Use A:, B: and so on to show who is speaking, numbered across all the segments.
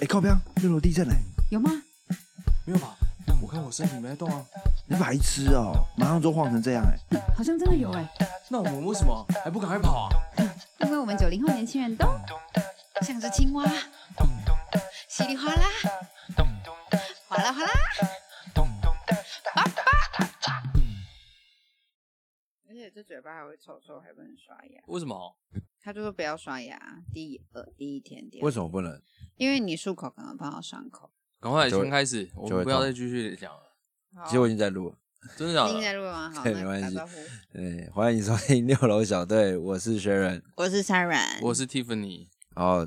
A: 哎，靠边！六楼地震嘞！
B: 有吗？
C: 没有吧？我看我身体没在动啊。
A: 你白痴哦，马上就晃成这样哎！
B: 好像真的有哎，
C: 那我们为什么还不赶快跑啊？
B: 因为我们九零后年轻人都像只青蛙，稀里哗啦，哗啦哗啦。
D: 而且这嘴巴还会臭臭，还不能刷牙。
C: 为什么？
D: 他就说不要刷牙，第一呃第一天点，
E: 为什么不能？
D: 因为你漱口可能碰到伤口。
C: 赶快
E: 就会
C: 先开始，我
E: 就会
C: 们不要
E: 痛
C: 再继续讲了。
D: 好
E: 其实我已经在录了。
C: 真的假
D: 今天在
C: 的？
D: 录完啊 好，
E: 对
D: 那
E: 没关
D: 打
E: 系
D: 招呼。
E: 对，欢迎收听六楼小队，我是 Sharon。
D: 我是 Sharon，
C: 我是 Tiffany，
E: 然后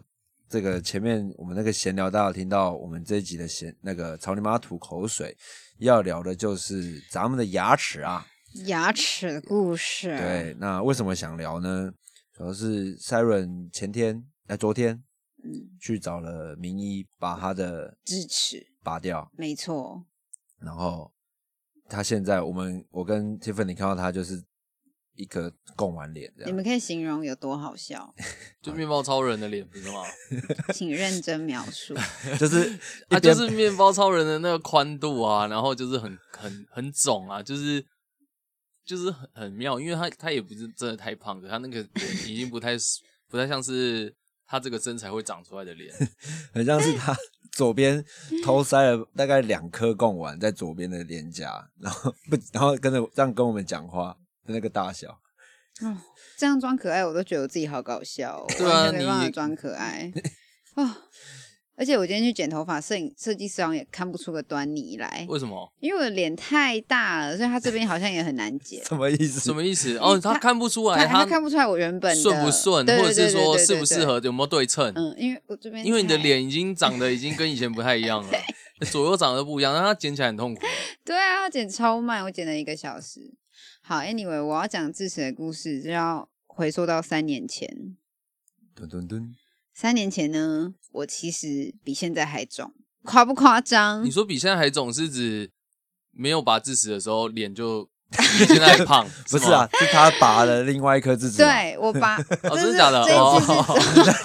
E: 这个前面我们那个闲聊，大家有听到我们这一集的闲那个朝你妈吐口水，要聊的就是咱们的牙齿啊。
D: 牙齿的故事。
E: 对，
A: 嗯
E: 那为什么想聊呢？主要是 Siren 前天哎、昨天
D: 嗯，
E: 去找了名医，把他的
D: 智齿，
E: 拔掉，
D: 没错，
E: 然后他现在我们我跟 Tiffany 看到他就是一个贡丸脸这
D: 你
E: 样。
D: 们可以形容有多好笑，
C: 就面包超人的脸，不是吗？
D: 请认真描述。
E: 就是
C: 啊，就是面包超人的那个宽度啊，然后就是很很很肿啊，就是就是很很妙，因为他他也不是真的太胖，可他那个脸已经不太 不太像是他这个身材会长出来的脸，
E: 很像 是他左边偷塞了大概两颗贡丸在左边的脸颊，然后不，然后跟着这样跟我们讲话的那个大小，
D: 哦，这样装可爱，我都觉得我自己好搞笑、哦，
C: 对啊
D: 完全没办法
C: 你
D: 装可爱哦。而且我今天去剪头发，摄影设计师好像也看不出个端倪来，
C: 为什么？
D: 因为我的脸太大了，所以他这边好像也很难 剪。
E: 什么意思？
C: 什么意思？哦，他看不出
D: 他
C: 来，
D: 他看不出来我原本的
C: 顺不顺，
D: 对对
C: 或者是
D: 对对
C: 说
D: 对
C: 适
D: 对
C: 不
D: 对
C: 适合，有没有对称？
D: 嗯，因为我这边
C: 因为你的
D: 太
C: 脸已经长得已经跟以前不太一样 了，左右长得不一样，但它剪起来很痛苦。
D: 对啊，剪超慢，我剪了一个小时。好，Anyway，我要讲智齿的故事，就要回溯到三年前。
E: 吨吨吨，
D: 三年前呢，我其实比现在还肿，夸不夸张
C: 你？说比现在还肿是指没有拔智齿的时候脸就比现在还 胖？
E: 不是
C: 吗
E: 啊，，是他拔了另外一颗智齿嘛。
D: 对我把，
C: 哦，
D: 这
C: 真
D: 是
C: 的假的？
D: 这一次是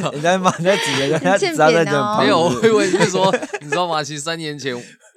C: 哦，
E: 人家骂人家指着人家
D: 欠
E: 指他在
D: 扁
E: 这
D: 哦
E: 旁
C: 没
E: 边
C: 有，我以为你是说，你知道吗？其实三年前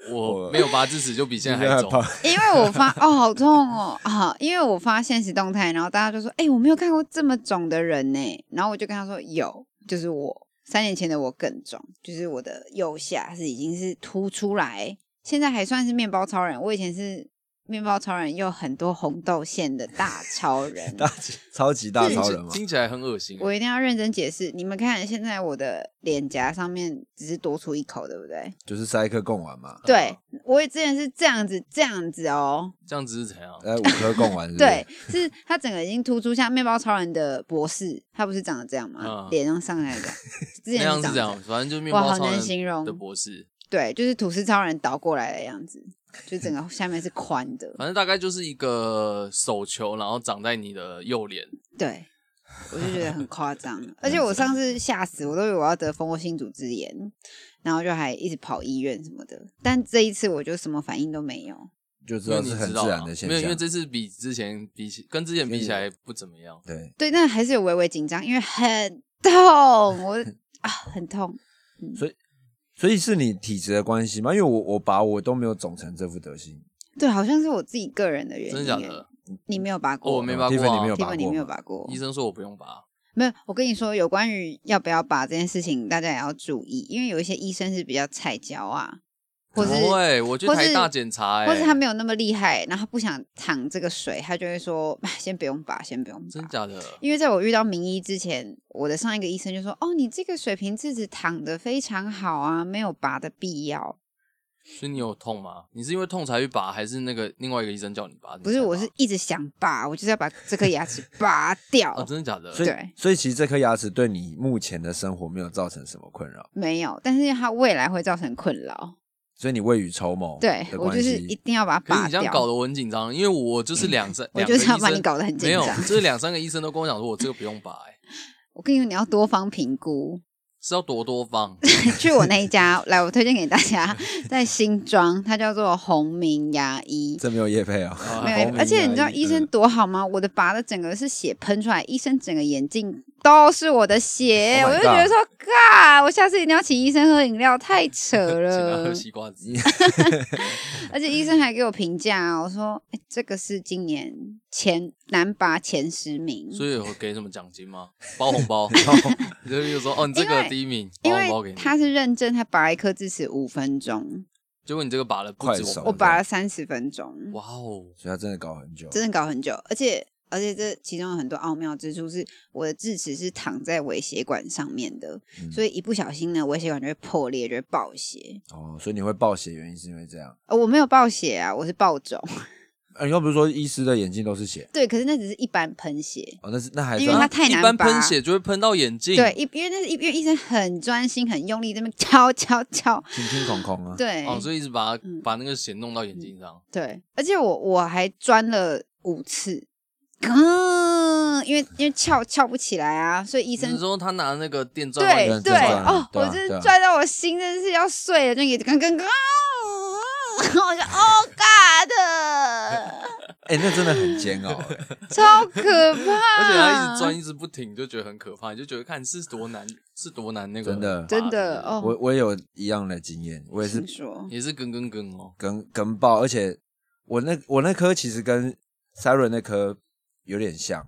C: 我
E: 我
C: 没有拔智齿，就比现在还
E: 害
C: 肿。
E: 怕，
D: 因为我发 哦好痛哦啊！因为我发现实动态，然后大家就说：“哎、我没有看过这么肿的人呢。”然后我就跟他说：“有，就是我三年前的我更肿，就是我的右下是已经是凸出来，现在还算是面包超人。我以前是面包超人，又很多红豆馅的大超
E: 。
D: 人
E: 大超级 大超人嘛，
C: 听起来很恶心。
D: 我一定要认真解释。你们看，现在我的脸颊上面只是多出一口，对不对？
E: 就是塞一颗贡丸嘛，
D: 对，我也之前是这样子，这样子哦。
C: 这样子是怎样？
E: 呃，五颗贡丸是不是
D: 对，，是他整个已经突出像面包超人的博士，他不是长得这样吗
C: 嗯？
D: 脸、上 上来的，之
C: 那
D: 前
C: 样
D: 长
C: 是
D: 这
C: 这样，反正就是面
D: 哇
C: 包
D: 好
C: 超
D: 难
C: 人
D: 形容
C: 的博士，
D: 对，就是吐司超人倒过来的样子，就整个下面是宽的，
C: 反正大概就是一个手球，然后长在你的右脸。
D: 对，我就觉得很夸张。而且我上次吓死，我都以为我要得蜂窝性组织炎，然后就还一直跑医院什么的，但这一次我就什么反应都没有。
E: 就知
C: 因为
E: 道
C: 你
E: 是
C: 知
E: 很
C: 道
E: 自
C: 啊
E: 然的现
C: 没有，因为
E: 象。
C: 这次比之前比起跟之前比起来不怎么样。
E: 对，
D: 对，但还是有微微紧张，因为很痛，我 啊很痛。
E: 所以是你体质的关系吗？因为我我拔我都没有肿成这副德行，
D: 对，好像是我自己个人的原因。
C: 真的假的？
D: 你没有拔过？
C: 我没拔过啊
E: Tiffany 没有拔
D: Tiffany
E: 过
D: 没有
E: 嘛，
D: 拔过
C: 医，生说我不用拔，
D: 没有。我跟你说，有关于要不要拔这件事情，大家也要注意，因为有一些医生是比较菜椒啊，或是
C: 不会，我去
D: 或
C: 台
D: 是
C: 大检查、欸，
D: 或是他没有那么厉害，然后他不想淌这个水，他就会说哎先不用拔，先不用
C: 真
D: 拔。
C: 假的？
D: 因为在我遇到名医之前，我的上一个医生就说：“哦，你这个水平智齿躺得非常好啊，没有拔的必要。
C: 所以你有痛吗？你是因为痛才去拔，还是那个另外一个医生叫你拔？”你
D: 不是，
C: 才拔
D: 我是一直想拔，我就是要把这颗牙齿拔掉。
C: 啊，真的假的？
E: 所以
D: 对
E: 所以其实这颗牙齿对你目前的生活没有造成什么困扰，
D: 没有，但是它未来会造成困扰。
E: 所以你未雨绸缪
D: 对
E: 的
D: 我
E: 关
D: 就是一
E: 系。
D: 定要把它
C: 可是
D: 拔
C: 你这
D: 掉。
C: 样搞得我很紧张，因为我就是两三，
D: 我
C: 两
D: 就是
C: 个
D: 要
C: 医
D: 把
C: 生
D: 你搞得很紧
C: 没有，
D: 张。
C: 就是两三个医生都跟我讲说，我这个不用拔、欸，
D: 我跟你说，你要多方评估。
C: 是要多多方。
D: 去我那一家，来，我推荐给大 家，在新庄，它叫做红明牙医。
E: 这没有叶配啊，
C: 啊
D: 没
E: 红
D: 有
E: 明，
C: 嗯
D: 而且你知道
E: 牙医
D: 医生多好吗？我的拔的整个是血喷出来，医生整个眼镜都是我的血
E: Oh my
D: 我就觉得说，嘎，我下次一定要请医生喝饮料，太 扯
C: 请他
D: 了
C: 喝。西瓜汁，
D: 而且医生还给我评价哦，我说、哎这个是今年前男拔前十名，
C: 所以有给什么奖金吗？包红包， 就是比如说哦，你这
D: 因
C: 个
D: 为
C: 第一名，包
D: 因
C: 红包给
D: 为
C: 你。
D: 他是认证，他拔一颗智齿五分钟，
C: 结果你这个拔了不
E: 快
C: 止
E: 手
D: 我
E: 对
D: 拔了三十分钟，
C: 哇哦，
E: 所以他真的搞很久。
D: 真的搞很久，而且而且这其中有很多奥妙之处是，我的智齿是躺在微血管上面的，
E: 嗯
D: 所以一不小心呢，微血管就会破裂，就会爆血。
E: 哦，所以你会爆血，原因是因为这样。
D: 呃，我没有爆血啊，我是爆肿。
E: 啊，你又不是说医师的眼睛都是血
D: 对，可是那只是一般喷血，
E: 哦，那是那还
D: 因为它
E: 算
D: 太
C: 一
D: 难
C: 般
D: 拔
C: 喷血就会喷到眼镜，
D: 对，，一因为那是一因为医生很专心、很用力，这么敲敲敲，
E: 清清空空啊。
D: 对、
C: 哦，所以一直把它
D: 嗯
C: 把那个血弄到眼睛上，
D: 对，而且我我还钻了五次。 嗯，因为因为翘翘不起来啊，所以医
C: 你
D: 生
C: 是说他拿那个电钻往
D: 对
C: 眼睛
D: 对
E: 钻啊
D: 哦，
E: 对啊
D: 我真
E: 对啊
D: 的拽到我心真的是要碎了，就也刚刚刚，我就哦 God，
E: 哎、那真的很煎 熬、哎
D: 超可怕，
C: 而且他一直钻，一直不停，就觉得很可怕，你就觉得看是多难，是多难那个
E: 真的
C: 拔
D: 真的，哦，
E: 我我也有一样的经验，我也是
D: 听说
C: 也是跟跟跟哦，
E: 跟跟爆，而且我那我那颗其实跟 Siren 那颗有点像，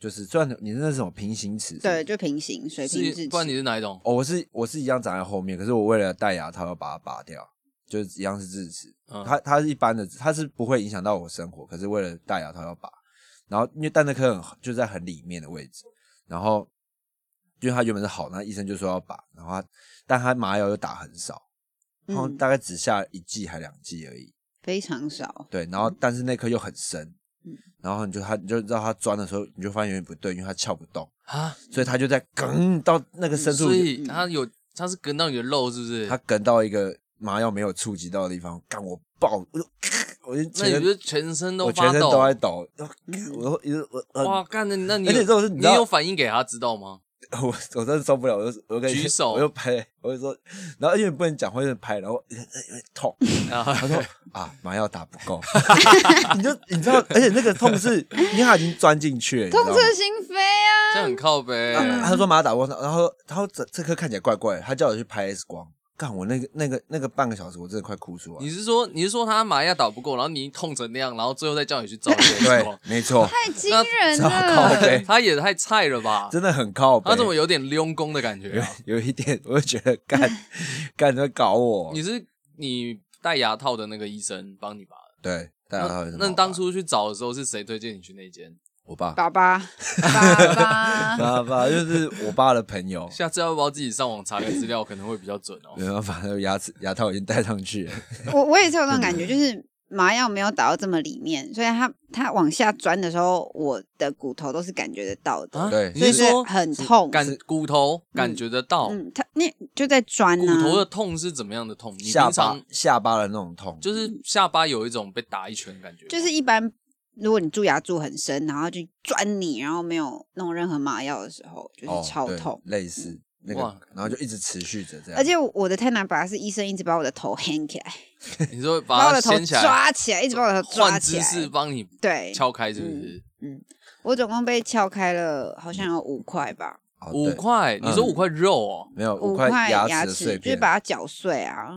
E: 就是虽然你是那种平行齿，
D: 对，，就平行水平
C: 是
D: 制
C: 不然你
D: 齿，
C: 是哪一种？
E: 哦，我是我是一样长在后面，可是我为了戴牙套要把它拔掉，就是一样是智齿，
C: 嗯
E: 它它是一般的，它是不会影响到我生活，可是为了戴牙套要拔，然后因为戴那颗很就在很里面的位置，然后因为它原本是好，那医生就说要拔，然后它但它麻药又打很少，然后
D: 嗯
E: 大概只下一剂还两剂而已，
D: 非常少，
E: 对，然后
C: 嗯
E: 但是那颗又很深，
D: 嗯
E: 然后你就它你就知道它钻的时候，你就发现有点不对，因为它撬不动，
C: 啊，
E: 所以它就在梗到那个深处，
C: 所
D: 嗯
C: 以他有他是跟到你的肉是不是
E: 它？梗到一个麻药没有触及到的地方，干我爆，我就我就
C: 那你
E: 全
C: 不是
E: 身
C: 全身都
E: 我全
C: 发
E: 身都在
C: 抖？啊
E: 抖，然后干我都一直我呃
C: 哇，干的，那你
E: 而且这种是你
C: 你
E: 知道
C: 有反应给他知道吗？
E: 我我真的受不了，我就我就跟你
C: 举手
E: 我就拍，我就说，然后因为不能讲话，就拍，然后有点有点 痛，
C: 啊，
E: 他 说啊麻药打不够， 你就你知道，而且那个痛是因为它已经钻进去了，你知
D: 痛
E: 道吗
D: 彻心扉啊，
C: 这样很靠背。
D: 嗯
E: 啊他说马上打过上，然后他说这这颗看起来怪怪的，他叫我去拍 X 光，干我那个那个那个半个小时，我真的快哭出
C: 你
E: 来。
C: 是说你是说他麻药打不够，然后你痛成那样，然后最后再叫你去照 X
E: 对
C: 光，？
E: 没错，
D: 太惊
C: 那
D: 人
E: 糟糕
D: 了，
E: 对
C: 他也太菜了吧？
E: 真的很靠北。
C: 他怎么有点溜工的感觉
E: 有
C: 啊？
E: 有一点，我就觉得干干你在搞我
C: 你。是你戴牙套的那个医生帮你拔的？
E: 对，大家好像是
C: 那
E: 毛
C: 那
E: 吧
C: 当初去找的时候是谁推荐你去那间？，
E: 我爸
D: 爸爸爸爸，
E: 爸爸就是我爸的朋友
C: 下次要不要自己上网查个资料，可能会比较准哦。
E: 没办法，那个牙齿牙套已经戴上去了。
D: 我我也是有这种感觉，就是麻药没有打到这么里面，所以它它往下钻的时候，我的骨头都是感觉得到的。
C: 啊
E: 对
C: 你
D: 所以
C: 是
D: 是
C: 说
D: 很痛
C: 感骨头感觉得到，
D: 嗯，它那就在钻
C: 骨
D: 啊，
C: 头的痛是怎么样的痛？你
E: 下
C: 平
E: 巴
C: 常
E: 下巴的那种痛，
C: 就是下巴有一种被打一拳的感觉吗，
D: 就是一般如果你蛀牙蛀很深，然后就钻你，然后没有弄任何麻药的时候，就
E: 哦
D: 是超
E: 对
D: 痛。嗯
E: 类似那个
C: 哇，
E: 然后就一直持续着这样。
D: 而且我的太难拔是医生一直把我的头 hang 起来，
C: 你说
D: 把
C: 把
D: 我
C: 它
D: 的头
C: 掀起来，
D: 抓起来，一直把我的头抓
C: 换
D: 起
C: 姿
D: 来。
C: 势帮你
D: 对，
C: 敲开，是不
E: 嗯
C: 是？
D: 我总共被撬开了，好像有五块吧，
E: 哦
C: 五
E: 对
C: 块，你说
E: 嗯
C: 五块肉哦，
E: 没有
D: 五
E: 块
D: 牙
E: 齿的碎
D: 就是
E: 片，
D: 把它搅碎啊，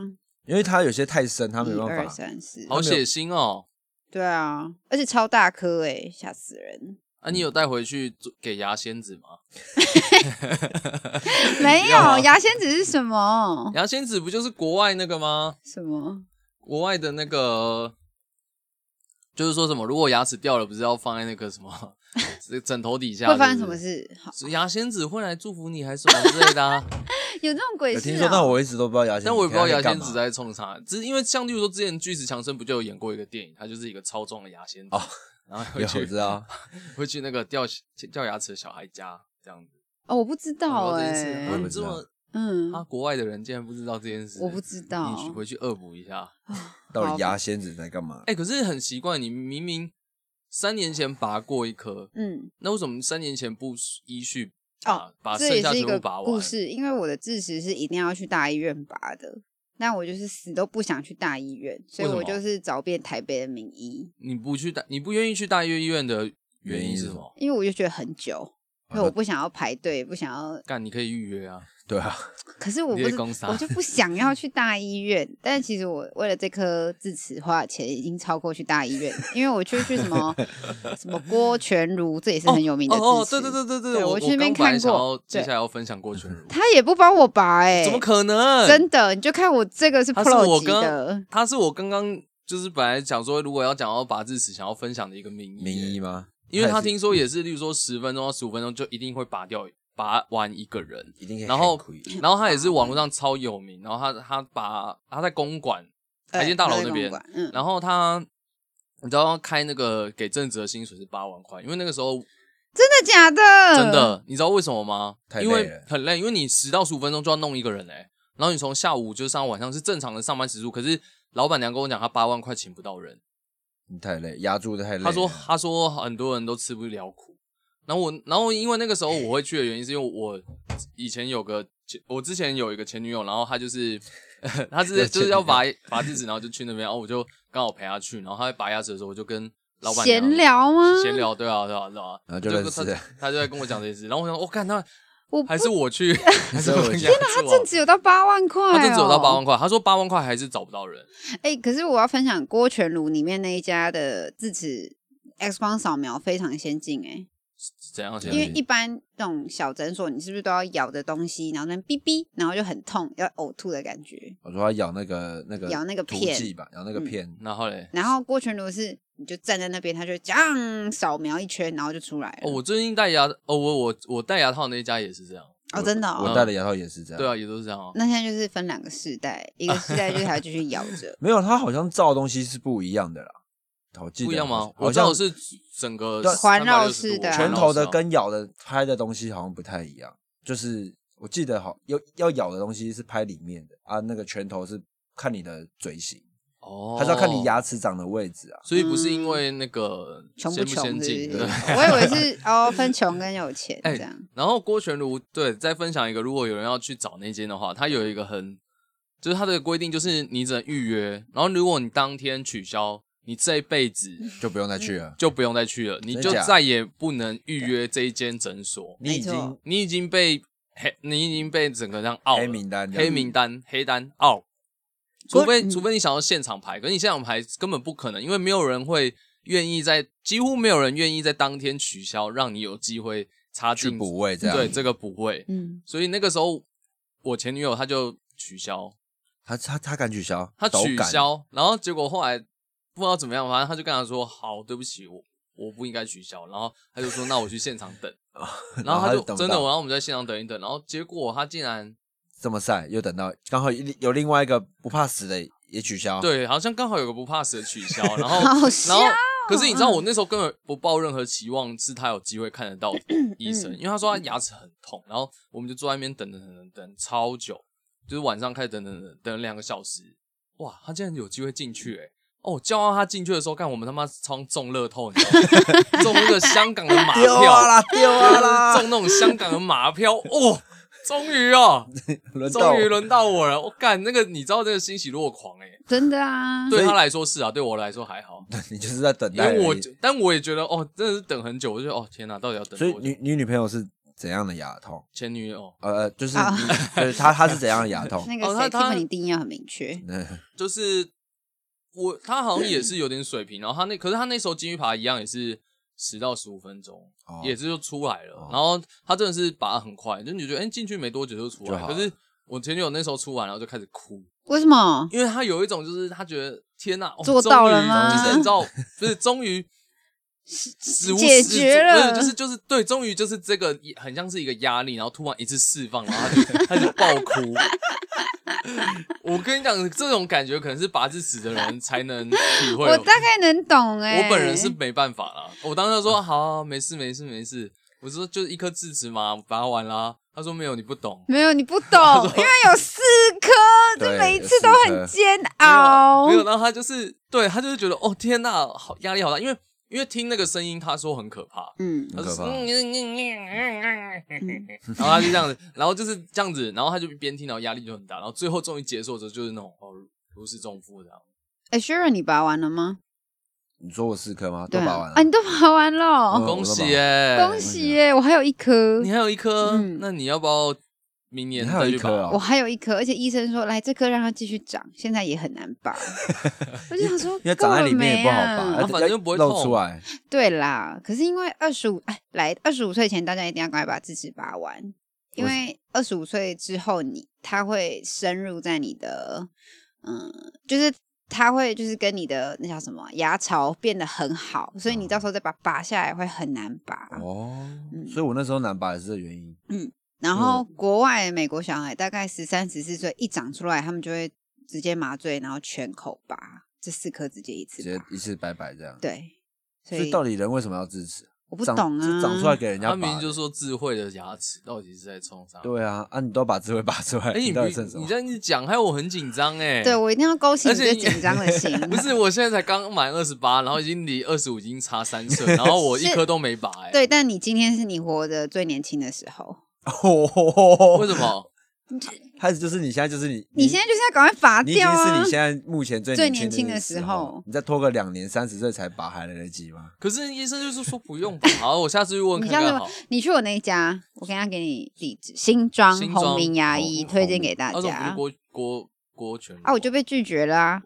E: 因为它有些太深，它没
D: 一
E: 办
D: 二
E: 法。
D: 三四，
C: 好血腥哦。
D: 对啊，而且超大颗哎、吓死人！
C: 啊，你有带回去做给牙仙子吗？
D: 没
C: 要啊
D: 有牙仙子是什么？
C: 牙仙子不就是国外那个吗？
D: 什么？
C: 国外的那个，就是说什么，如果牙齿掉了，不是要放在那个什么 这枕头底下？
D: 会发生
C: 是
D: 什
C: 不
D: 么
C: 是？
D: 事？好，
C: 是牙仙子会来祝福你，还是什么之类 的啊？
D: 有这种鬼
E: 有
D: 事、
E: 听
D: 啊？
E: 说，但我一直都不知道牙仙，
C: 但我也不知道牙仙 子
E: 在干嘛。
C: 在冲啥，只是因为像例如说之前巨石强森不就有演过一个电影，他就是一个超重的牙仙子，
E: 哦
C: 然后会
E: 有我
C: 去
E: 知 道，
C: 会去那个掉掉牙齿的小孩家这样子。
D: 哦，我不知道
C: 我不知
D: 哎、
C: 道这件事
E: 我
C: 啊
E: 也不
C: 你
E: 知
C: 这
E: 道
C: 么
D: 嗯，
C: 啊，国外的人竟然不知道这件事，
D: 我不知道
C: 你去回去恶补一下。
E: 到底
D: 好
E: 牙仙子在干嘛？
C: 哎、可是很奇怪，你明明三年前拔过一颗，
D: 嗯，
C: 那为什么三年前不依序拔
D: 哦，
C: 把
D: 这
C: 剩
D: 也
C: 下
D: 是一
C: 全
D: 个
C: 部拔完？
D: 故事，因为我的智齿是一定要去大医院拔的，但我就是死都不想去大医院，所以
C: 为什
D: 我
C: 么
D: 就是找遍台北的名医，
C: 你不去大，你不愿意去大医院医院的原因是什么？
D: 因为我就觉得很久，因为
C: 哦
D: 我不想要排队，不想要。
C: 干，你可以预约啊。
E: 对 啊，
D: 可是我
C: 你
D: 不
C: 在
D: 是，
C: 攻啥
D: 我就不想要去大医院。但是其实我为了这颗智齿花的钱已经超过去大医院，因为我去去 什么什么郭全儒，这也是很有名的智齿。
C: 哦哦，对对对对
D: 对
C: 我
D: 我去那边
C: 刚本来
D: 看
C: 想
D: 过
C: 要接
D: 对
C: 下来要分享过全儒，
D: 他也不帮我拔、哎，
C: 怎么可能？
D: 真的，你就看我这个是
C: 他是我
D: Pro 级
C: 刚
D: 的，，
C: 他是我刚刚就是本来想说，如果要讲到拔智齿，想要分享的一个名医，
E: 名医吗？
C: 因为他
E: 也是
C: 听说也是，例如说十分钟到十五分钟就一定会拔掉拔完一个人，
E: 一定可以
C: 然后
E: 很贵
C: 然后他也是网络上超有名，然后他他把他在公馆海鲜大楼
D: 对
C: 那边，
D: 哎他在呃公馆嗯，
C: 然后他你知道开那个给正职的薪水是八万块，因为那个时候
D: 真的假的？
C: 真，的，你知道为什么吗？
E: 太累
C: 因
E: 了
C: 为很累，因为你十到十五分钟就要弄一个人哎、然后你从下午就上到晚上是正常的上班时数，可是老板娘跟我讲，她八万块请不到人，
E: 你太累，压住的太累了。
C: 她说她说很多人都吃不了苦。然后我，然后因为那个时候我会去的原因，是因为我以前有个前，我之前有一个前女友，然后她就是， 她是就是要拔拔智齿，然后就去那边，然后我就刚好陪她去，然后她在拔牙齿的时候，我就跟老板娘
D: 闲聊吗？
C: 闲聊，对啊，对啊，对啊，
E: 然后就认识
C: 他他就在跟我讲这些事，然后我想说，我、看他
D: 我
C: 还
D: 不
C: 是我 去，还是我去，啊他
D: 正只有到八万块、哦，
C: 他正只有到八万块，他说八万块还是找不到人，
D: 哎、可是我要分享郭全炉里面那一家的智齿 X 光扫描非常先进哎、
C: 怎样？怎
D: 因
C: 样
D: 为一般那种小诊所，你是不是都要咬着东西，然后那边哔哔，然后就很痛，要呕吐的感觉。
E: 我说他咬那个那个
D: 咬那个
E: 毒
D: 片
E: 剂吧，咬那个
D: 嗯
E: 片，
C: 然后嘞，
D: 然后郭全炉是你就站在那边，他就这样扫描一圈，然后就出来了。
C: 哦，我最近戴牙，哦，我我我戴牙套那一家也是这样，
D: 哦真的、哦，
E: 我戴的牙套也是这样。，
C: 对啊，，也都是这样啊。
D: 那现在就是分两个世代，一个世代就是还要继续咬着
E: 没有，它好像照的东西是不一样的啦。我记得
C: 不一样吗？
E: 好
C: 我
E: 像
C: 照的是整个
E: 对
D: 环绕式的啊
E: 拳头的
C: 跟。
E: 跟咬的拍的东西好像不太一样，就是我记得好要要咬的东西是拍里面的啊，那个拳头是看你的嘴型，
C: 哦，
E: 它是要看你，牙齿长的位置啊。
C: 所以不是因为那个
D: 嗯穷
C: 先
D: 穷是
C: 先
D: 不
C: 进，
D: 是
C: 对。？
D: 我以为是哦，分穷跟有钱
C: 哎
D: 这样。
C: 然后郭全如对再分享一个，如果有人要去找那间的话，他有一个很，就是他的规定就是你只能预约，然后如果你当天取消，你这一辈子
E: 就不用再去了。
C: 就不用再去了，你
E: 真
C: 就
E: 假
C: 再也不能预约这一间诊所，
E: 你已
D: 没
E: 经
D: 错
C: 你已经被黑，你已经被整个这样 out
E: 黑
C: 了
E: 名单这样，
C: 黑名单、黑单 out，除
D: 郭
C: 非
D: 嗯
C: 除非你想要现场排，可是你现场排根本不可能，因为没有人会愿意在，几乎没有人愿意在当天取消，让你有机会插
E: 去
C: 进
E: 补位这样。
C: 对，这个不会。
D: 嗯，
C: 所以那个时候，我前女友她就取消，
E: 他他他敢取消，
C: 她
E: 都
C: 取
E: 敢，
C: 消，然后结果后来不知道怎么样，反正她就跟她说：“好，对不起，我我不应该取消。”然后她就说：“那我去现场等。”然后
E: 她
C: 她就
E: 等不
C: 真的，
E: 到
C: 然后我们在现场等一等，然后结果她竟然
E: 这么晒，又等到刚好有有另外一个不怕死的也取消，，
C: 对，好像刚好有个不怕死的取 消，然后
D: 好笑
C: 哦
D: 啊
C: 然后可是你知道我那时候根本不抱任何期望，是他有机会看得 到
D: 嗯
C: 医生，因为他说他牙齿很痛，然后我们就坐在那边等等等等等超久，就是晚上开始等等等等了两个小时，哇，他竟然有机会进去哎、欸哦，叫到他进去的时候，看我们他妈超中乐透，你知道吗？ 中那个香港的马
E: 丢啊
C: 票，
E: 啦，丢啊 啦，
C: 中那种香港的马票，哦，终于哦，
E: 轮到
C: 终于
E: 我
C: 轮到我了，我、哦干那个，你知道那个欣喜若狂哎、欸
D: 真的啊，
C: 对他来说是啊，对我来说还好，
E: 你就是在等
C: 因
E: 待而已。
C: 为我觉但我也觉得哦，真的是等很久，我就觉得哦天哪，到底要等
E: 所
C: 多
E: 以
C: 久？
E: 你你女朋友是怎样的牙痛？
C: 前女友
E: 呃，呃，就是
D: 啊
E: 你就是她她是怎样的 牙痛？
D: 那个
C: 哦他
D: 谁
C: 他
D: Tiffany 定义要很明确，
E: 嗯
C: 就是我，她好像也是有点水平，然后她那可是她那时候金鱼爬一样也是十到十五分钟，
E: 哦
C: 也是就出来了
E: 哦，
C: 然后她真的是拔得很快，就你觉得哎进去没多久就出
E: 就
C: 来
E: 好了
C: 了，可是我前女友那时候出完然后就开始哭，
D: 为什么？
C: 因为她有一种就是她觉得天哪，哦
D: 做到了
C: 终于
D: 吗
C: 就是你知道，不是终于。史无
D: 解
C: 史
D: 决
C: 足
D: 了
C: 不是就是就是对，终于就是这个很像是一个压力，然后突然一次释放，然后他就他就爆哭。 我跟你讲，这种感觉可能是拔智齿的人才能体会。哦
D: 我大概能懂哎、
C: 我本人是没办法啦，我当时说好、啊，没事没事没事，我说就是一颗智齿嘛，拔完啦。他说没有，你不懂。
D: 没有你不懂，因为有四 颗，
E: 对
D: 这每一次都很
E: 有四
D: 煎
C: 没有啊
D: 熬
C: 没。有，然后他就是对他就是觉得哦天呐，好压力好大，因为因为听那个声音，他说很可怕，
D: 嗯，
E: 很可怕
C: 他就嗯嗯嗯嗯嗯嗯然后他就这样子，然后就是这样子，然后他就边听，然后压力就很大，然后最后终于结束的时候，就是那种哦如释重负这样。
D: 哎、s h i r o n 你拔完了吗？
E: 你说我四颗吗？
D: 对
E: 都拔完
D: 啊
E: 了，，
D: 啊，你都拔完了，哦
E: 嗯
C: 恭喜耶！
D: 恭喜耶！我还有一颗
C: 你，还有一颗
D: 嗯，
C: 那你要不要明年
E: 你还有
C: 再
E: 一
C: 去拔
E: 颗？
D: 我
E: 哦，
D: 还有一颗，而且医生说来这颗让它继续长，现在也很难 拔。我就想说，
E: 因为长在
D: 够了
E: 里面也不好
D: 没啊哦
E: 拔，哎
C: 它反正又不会
E: 露
C: 痛
E: 出来。
D: 对啦，可是因为二十五哎，来二十五岁前，大家一定要赶快把智齿拔完，因
E: 为什
D: 为二十五岁之后你，它会深入在你的，嗯，就是它会就是跟你的那叫什么牙槽变得很好，所以
E: 嗯
D: 你到时候再把它拔下来会很难拔。
C: 啊
E: 哦
D: 嗯，
E: 所以我那时候难拔也是这个原因。嗯
D: 然后国外美国小孩大概十三十四岁一长出来，他们就会直接麻醉，然后全口拔，这四颗直接一次
E: 直接
D: 拔。
E: 一次拜拜这样。，
D: 对，所
E: 所
D: 以
E: 以到底人为什么要支持？
D: 我不
E: 长
D: 懂啊，
E: 是长出来给人家
C: 他
E: 拔的，
C: 明明就说智慧的牙齿到底是在冲啥？
E: 对啊啊！你都把智慧拔出来，
C: 哎，你不
E: 到底剩什么
C: 你？这样一讲，害我很紧张哎。
D: 对我一定要勾起
C: 而
D: 你
C: 且
D: 最紧张 的心。
C: 不是，我现在才刚满二十八，然后已经离二十五已经差三 岁，然后我一颗都没拔哎。
D: 对，但你今天是你活得最年轻的时候，
C: 为什么？
E: 开始就是你现在就是啊你，
D: 你现在就是要赶快拔
E: 你已经
D: 掉啊！
E: 是你现在目前最
D: 最
E: 年
D: 年轻的时
E: 时
D: 候
E: 你再拖个两年，三十岁才拔还来得及吗？
C: 可是医生就是说不 用拔，好，我下次去问
D: 你
C: 看
D: 下次
C: 看
D: 问
C: 好。
D: 你去我那一家，我跟他给你地址，新庄
C: 新庄
D: 红明牙医
E: 红
D: 推荐给大
C: 他说不是
D: 家。
C: 郭郭郭全
D: 啊，我就被拒绝啦、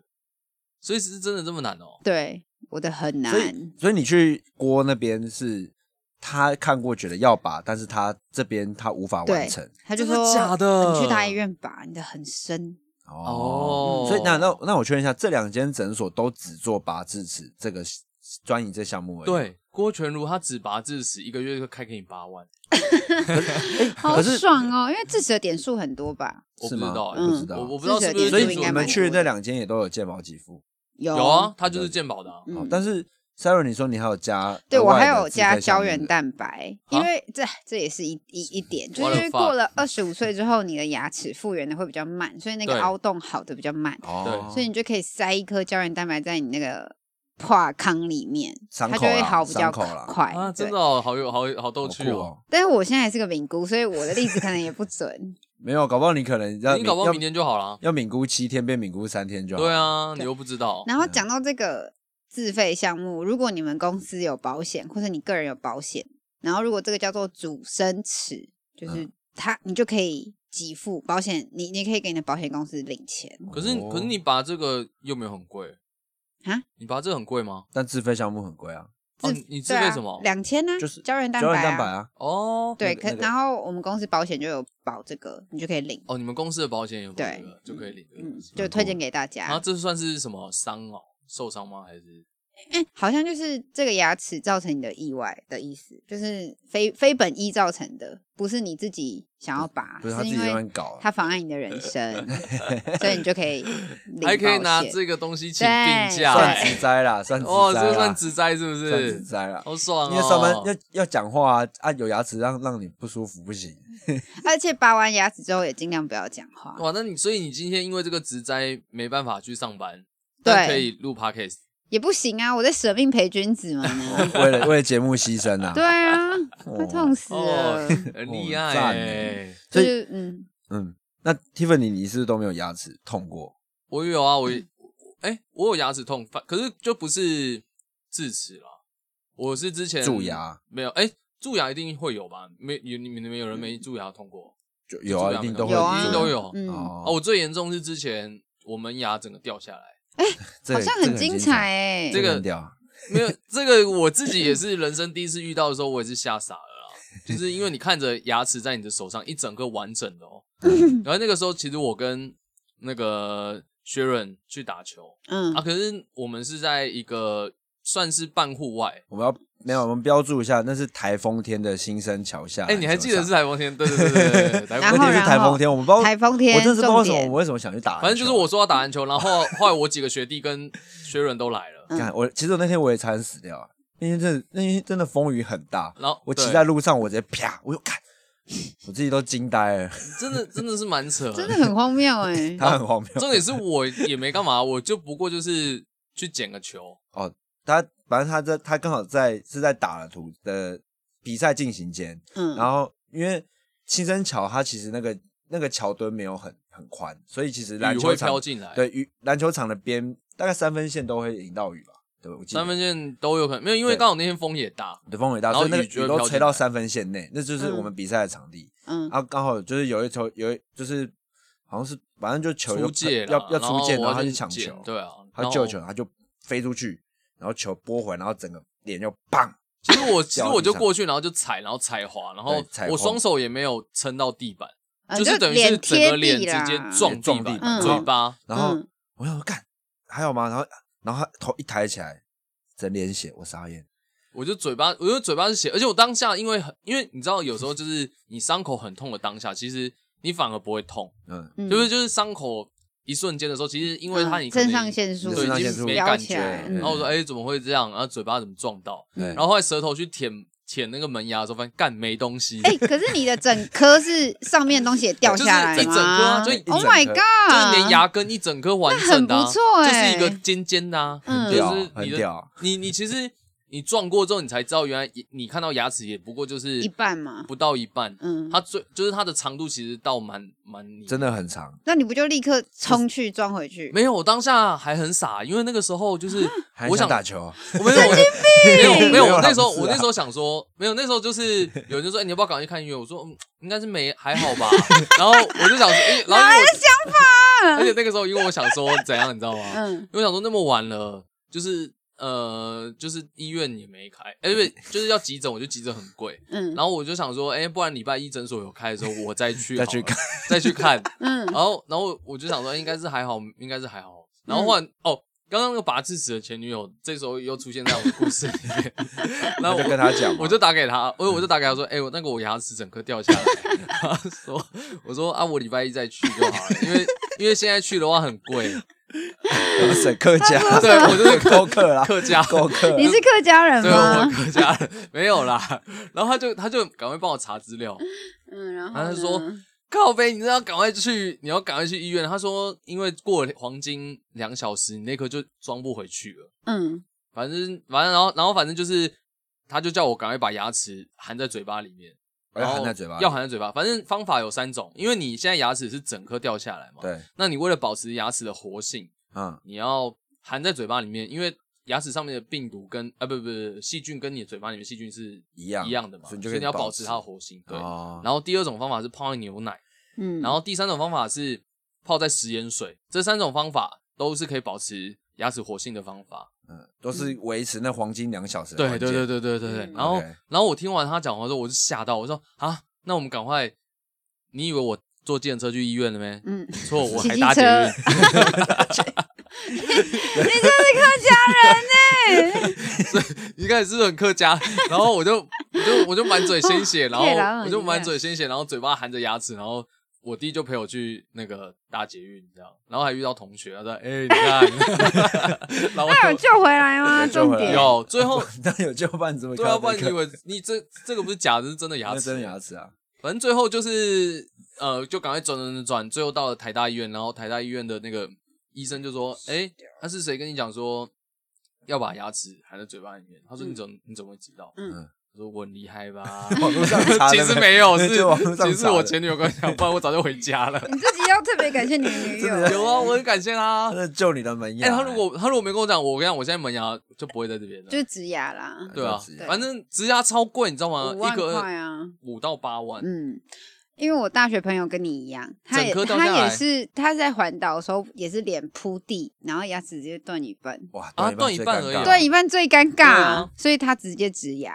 C: 所以是真的这么难哦？
D: 对，我的很
E: 所以
D: 难，
E: 所以你去郭那边是他看过觉得要拔，但是他这边他无法
D: 对
E: 完成，
D: 他就
C: 真的
D: 说
C: 假的
D: 你去大医院吧，你的很深。
C: 哦，
E: 所以那那那我确认一下，这两间诊所都只做拔智齿这个专营这项目而已。，
C: 对郭全如他只拔智齿，一个月就开给你八万，
D: 好
E: 可是
D: 爽哦，因为智齿的点数很多吧？
C: 我
E: 是
C: 不知
E: 吗
C: 道欸，
D: 嗯
E: 不知
C: 我
E: 道。
C: 我不知道是不
D: 智
C: 是
D: 齿的
E: 所
D: 点
E: 以
C: 金
D: 数
C: 主
D: 应该
E: 你
D: 蛮
E: 们
D: 多
E: 去那
D: 的
E: 两间也都有健保给付，
D: 有
C: 有啊，，他就是健保的啊，
E: 好
D: 嗯，
E: 哦但是 Siren 你说你还有加，
D: 对我还
E: 额外
D: 有
E: 的自
D: 加
E: 费项
D: 胶
E: 目
D: 原，蛋白，因为这这也是一一一点，就是
C: What
D: 因
C: the
D: 为
C: fuck？
D: 过
E: 嗯
D: 了二十五岁之后，你的牙齿复原的会比较慢，所以那个
C: 对
D: 凹洞好的比较慢，
E: 哦，
D: 所以你就可以塞一颗胶原蛋白在你那个破康里面，它
E: 伤
D: 就
E: 口
D: 会
E: 啦
D: 好比较
E: 伤口啦
D: 快。
C: 啊，
D: 对
C: 真的哦，好有好有好
E: 好
C: 逗趣
E: 酷
C: 哦。
E: 哦，
D: 但是我现在还是个敏姑，所以我的例子可能也不准。
E: 没有，搞不好你可能要
C: 你搞不好
E: 要
C: 明天就好了。
E: 要敏估七天变敏估三天就好。
C: 对，啊，
D: 对
C: 你又不知道，
D: 然后讲到这个自费项目，如果你们公司有保险，或者你个人有保险，然后如果这个叫做主生齿，
E: 嗯
D: 就是它你就可以给付保险，你你可以给你的保险公司领钱。
C: 可是可是你拔这个又没有很贵
D: 哦啊？
C: 你拔这个很贵吗？
E: 但自费项目很贵啊，
C: 哦
D: 自，
C: 你自
D: 对
C: 费
D: 啊
C: 什么？
D: 两千呢？
E: 就是
D: 胶原蛋
E: 胶
D: 白
E: 原蛋白
D: 啊。
E: 啊，
C: 哦，
D: 对，
E: 那个
D: 可
E: 那个
D: 然后我们公司保险就有保这个，你就可以领。
C: 哦，你们公司的保险有
D: 对
C: 这个就可以领这个
D: 嗯
C: 东西，
D: 就推荐给大家。
C: 然哦后这算是什么伤哦？受伤吗？还是
D: 哎、好像就是这个牙齿造成你的意外的意思，就是非非本意造成的，不是你自己想要拔，
E: 不是他自己
D: 因
E: 在
D: 为
E: 那边搞啊，
D: 它妨碍你的人生， 所以你就可以领
C: 还可以拿
D: 保险
C: 这个东西请病假？
D: 对
E: 算
C: 哎
E: 直灾啦，算直灾
C: 哦，这
E: 啦
C: 算，直灾是不
E: 算直
C: 是？
E: 灾啦。
C: 好爽哦！
E: 因为上班要要讲话啊，啊有牙齿让让你不舒服不行，
D: 而且拔完牙齿之后也尽量不要讲话。
C: 哇，那你所以你今天因为这个直灾没办法去上班，
D: 对
C: 但可以录 podcast。
D: 也不行啊，我在舍命陪 君子们呢。
E: 为了为了节目牺牲啊。
D: 对啊，
E: 哦
D: 快痛死
C: 哦
D: 了。，
C: 很厉害
E: 哦赞
C: 欸！
D: 就
E: 所以
D: 是嗯，
E: 嗯，那 Tiffany 你是不是都没有牙齿痛过？
C: 我有啊，我
E: 嗯
C: 哎、我有牙齿痛，反可是就不是智齿啦，我是之前
E: 蛀牙
C: 没有，哎、蛀牙一定会有吧？没有你们你们有人没蛀牙痛过？
E: 就有
C: 蛀
E: 啊，
C: 牙
E: 一定
C: 没
E: 都
C: 痛
E: 会
C: 过
D: 有啊
C: 一定都有。
D: 嗯
E: 哦
C: 哦，我最严重是之前我门牙整个掉下来，
E: 这
D: 好
E: 个
D: 像
E: 这个
D: 很
E: 很
D: 精
E: 精
D: 彩
E: 彩，
D: 哎、
C: 这个
E: 很屌啊，
C: 没有 这个我自己也是人生第一次遇到的时候，我也是吓傻了啦。就是因为你看着牙齿在你的手上一整个完整 的哦，然后那个时候其实我跟那个 Sharon 去打球
D: 嗯
C: 啊，可是我们是在一个算是半户外，
E: 我们要没有我们标注一下，那是台风天的新生桥下篮球场。
C: 哎、你还记得是台风天？对对对对对对，台
D: 然
E: 那
C: 风
D: 后
E: 天
C: 天。
E: 是台风天，我们不知道
D: 台风天
E: 哦我真的是不知道为什么
D: 重
E: 我
D: 点
E: 们为什么想去打篮球。
C: 反正就是我说要打篮球，然后后来我几个学弟跟 Sharon 都来
D: 嗯
C: 了，
E: 看我，其实我那天我也差点死掉啊，那天真的那天真的风雨很大，
C: 然后
E: 我骑
C: 对
E: 在路上，我直接啪，我就看，我自己都惊呆了，
C: 真的真的是蛮扯，
D: 真的很荒谬哎、
E: 他很荒谬。
C: 重点是我也没干嘛，我就不过就是去捡个球，
E: 他反正他在他刚好在是在打的途的比赛进行间，
D: 嗯，
E: 然后因为青山桥它其实那个那个桥墩没有很很宽，所以其实
C: 雨
E: 篮
C: 会
E: 球场
C: 飘进来，
E: 对雨篮球场的边大概三分线都会引到雨吧，啊对，我记得
C: 三分线都有可能，没有，因为
E: 对
C: 刚好那天风也大，
E: 对风很大，
C: 然
E: 所
C: 后
E: 以那个
C: 雨就会
E: 雨都
C: 飘进
E: 吹到
C: 来
E: 三分线内，那就是我们比赛的场地。
D: 嗯，
E: 啊，刚好就是有一球，有一就是好像是反正就球
C: 出
E: 就
C: 界啦
E: 要要出界，然
C: 我
E: 后他
C: 去
E: 去抢
C: 捡
E: 球，
C: 对啊，
E: 他
C: 然后
E: 救球，。他就飞出去，然后球拨回来，然后整个脸就砰，
C: 其实我其
E: 脚
C: 实
E: 底
C: 我就
E: 上
C: 过去，然后就踩，然后踩滑，然后
E: 对踩空
C: 我双手也没有撑到地板，
D: 啊
C: 就是等于是
D: 脸
C: 整
D: 贴
C: 个脸
D: 地
C: 直
D: 啦
C: 接撞
E: 撞
C: 地
E: 地板
C: 嘴
D: 嗯
C: 巴。
E: 然后
D: 嗯
E: 我想说干还有吗？然后然后他头一抬起来，整脸血，我傻眼。
C: 我就嘴巴，我就嘴巴是血，而且我当下因为很，因为你知道，有时候就是你伤口很痛的当下，其实你反而不会痛，
E: 嗯，
D: 嗯
C: 就是就是伤口一瞬间的时候，其实因为它
D: 嗯
C: 你可能
D: 肾上腺素
E: 对
C: 对
E: 肾上
C: 已
E: 腺
C: 经
E: 素
C: 没
E: 飙
C: 感
D: 起
C: 觉，
D: 来嗯
C: 然后我说哎、怎么会这样？然后嘴巴怎么撞到？
E: 对
C: 然后后来舌头去舔舔那个门牙的时候，发现干没东西，
D: 哎、可是你的整颗是上面的东西也掉
C: 就
D: 下
C: 是
D: 来吗？
C: 一整颗啊就一
D: Oh
E: 整
D: my
E: 颗
D: god！
C: 就是连牙根一整颗完整的、啊，
D: 啊那很不错
C: 就
D: 欸
C: 是一个尖尖的、啊，
D: 嗯
C: 就是
E: 很
C: 你
E: 屌
C: 的
E: 很屌
C: 你你其实你撞过之后，你才知道原来你你看到牙齿也不过就是
D: 一半啊嘛
C: 不到一半，
D: 嗯，
C: 它最就是它的长度其实到蛮蛮里面
E: 真的很长，
D: 那你不就立刻冲去装回去？
C: 没有，我当下还很傻，因为那个时候就是
D: 啊
E: 还
C: 我
E: 想
C: 想
E: 打球，
C: 我没有， 没有，没有。
E: 没有
C: 我
E: 啦
C: 那时候，
E: 不是啊
C: 我那时候想说，没有。那时候就是有人就说，哎，你要不要赶快去看医院？我说，嗯，应该是没，还 好吧。然后我就想说，因为然后因为我想法？而且那个时候，因为我想说怎样，你知道吗？
D: 嗯，
C: 因为我想说那么晚了，就是呃，就是医院也没开，哎，不是，就是要急诊，我觉得急诊很贵。
D: 嗯
C: 然后我就想说，哎，不然礼拜一诊所有开的时候，我再去，
E: 再去看，
C: 再去看。
D: 嗯
C: 然后，然后我就想说，哎应该是还好，应该是还好。然后
D: 嗯
C: 后来，哦，刚刚那个拔智齿的前女友，这时候又出现在我的故事里 面。然后
E: 我
C: 我
E: 就跟他讲嘛，嗯
C: 我就打给他，我我就打给他说，哎、我那个我牙齿整颗掉下来， 他说，我说啊，我礼拜一再去就好了，因为因为现在去的话很贵。
E: 我是啊客家，
C: 对，我就是客
E: 扣客啦，
C: 客家，
E: 扣客，
D: 你是客家人
C: 对，啊我
D: 吗？嗯
C: 客家人没有啦。 然后他就他就赶快帮我查资料，
D: 嗯，然后
C: 然后
D: 呢
C: 他说靠背，你知道赶快去，你要赶快去医院。他说，因为过了黄金两小时，你那颗就装不回去了。
D: 嗯
C: 反正反正，然后然后反正就是，他就叫我赶快把牙齿含在嘴巴里面，
E: 我要
C: 然后
E: 哎含在嘴巴里，
C: 要含在嘴巴。反正方法有三种，因为你现在牙齿是整颗掉下来嘛，。
E: 对，
C: 那你为了保持牙齿的活性，
E: 嗯，
C: 你要含在嘴巴里面，因为牙齿上面的病毒跟啊不不不细菌跟你嘴巴里面细菌是
E: 一样
C: 一样的嘛，
E: 所以你就
C: 所
E: 可
C: 以
E: 以
C: 你要保
E: 保持
C: 持它的活性。对。
E: 哦，
C: 然后第二种方法是泡在牛奶。
D: 嗯，
C: 然后第三种方法是泡在食盐水，这三种方法都是可以保持牙齿活性的方法。
E: 嗯，都是维持那黄金两小时的
C: 对
E: 关
C: 对
E: 键
C: 对对对对对。
D: 嗯
C: 然后
E: OK
C: 然后我听完他讲完之后，我就吓到，我说啊，那我们赶快，你以为我坐计程车去医院了没？
D: 嗯，
C: 错，我
D: 骑
C: 还
D: 机
C: 搭捷
D: 车
C: 运，
D: 你 真是客家人呢、
C: 一开始是不是很客家，然后我就我就我就满嘴鲜血，然
D: 对啦
C: 后我就满嘴鲜血，然后嘴巴含着牙齿，然后。我弟就陪我去那个搭捷运，这样，然后还遇到同学，他说：“哎、你 看， 然后我
D: 那有
C: 就
D: 救回来吗？
E: 有救
D: 重
E: 回来
D: 点
C: 有最后
E: 那有就办你怎么
C: 对
E: 看
C: 啊，
E: 到
C: 不然
E: 这
C: 你以
E: 个
C: 为你这这个不是假的，是真的牙
E: 那
C: 齿，
E: 真的牙齿啊，
C: 反正最后就是呃，就赶快转转转转，最后到了台大医院，然后台大医院的那个医生就说：“哎、那是谁跟你讲说要把牙齿含在嘴巴里面？”他说：“你怎么、你怎么会知道？”
D: 嗯
E: 嗯
C: 我说：“我很厉害吧
E: ？”网络上查的
C: 其实没有，是
E: 对网络上查的
C: 其实是我前女友跟我讲，不然我早就回家 了。
D: 你自己要特别感谢你的女友，
C: 有啊，我很感谢他
E: 他。在救你的门牙
C: 哎、
E: 欸。
C: 他如果他如果没跟我讲，我跟你讲，我现在门牙就不会在这边了
D: 就。是植牙啦，
C: 对啊
E: 就直，
C: 反正植牙超贵，你知道吗？呃一
D: 五万
C: 个
D: 块啊，
C: 五到八万，
D: 嗯。因为我大学朋友跟你一样，他也
C: 整颗掉下
D: 他
C: 来
D: 也是他在环岛的时候也是脸扑地，然后牙齿直接断一半，
E: 哇
C: 啊断一
E: 最
C: 半
E: 尴
C: 而已
E: 尬
C: 啊
D: 断一半最尴尬，
C: 对啊
D: 所以他直接植牙。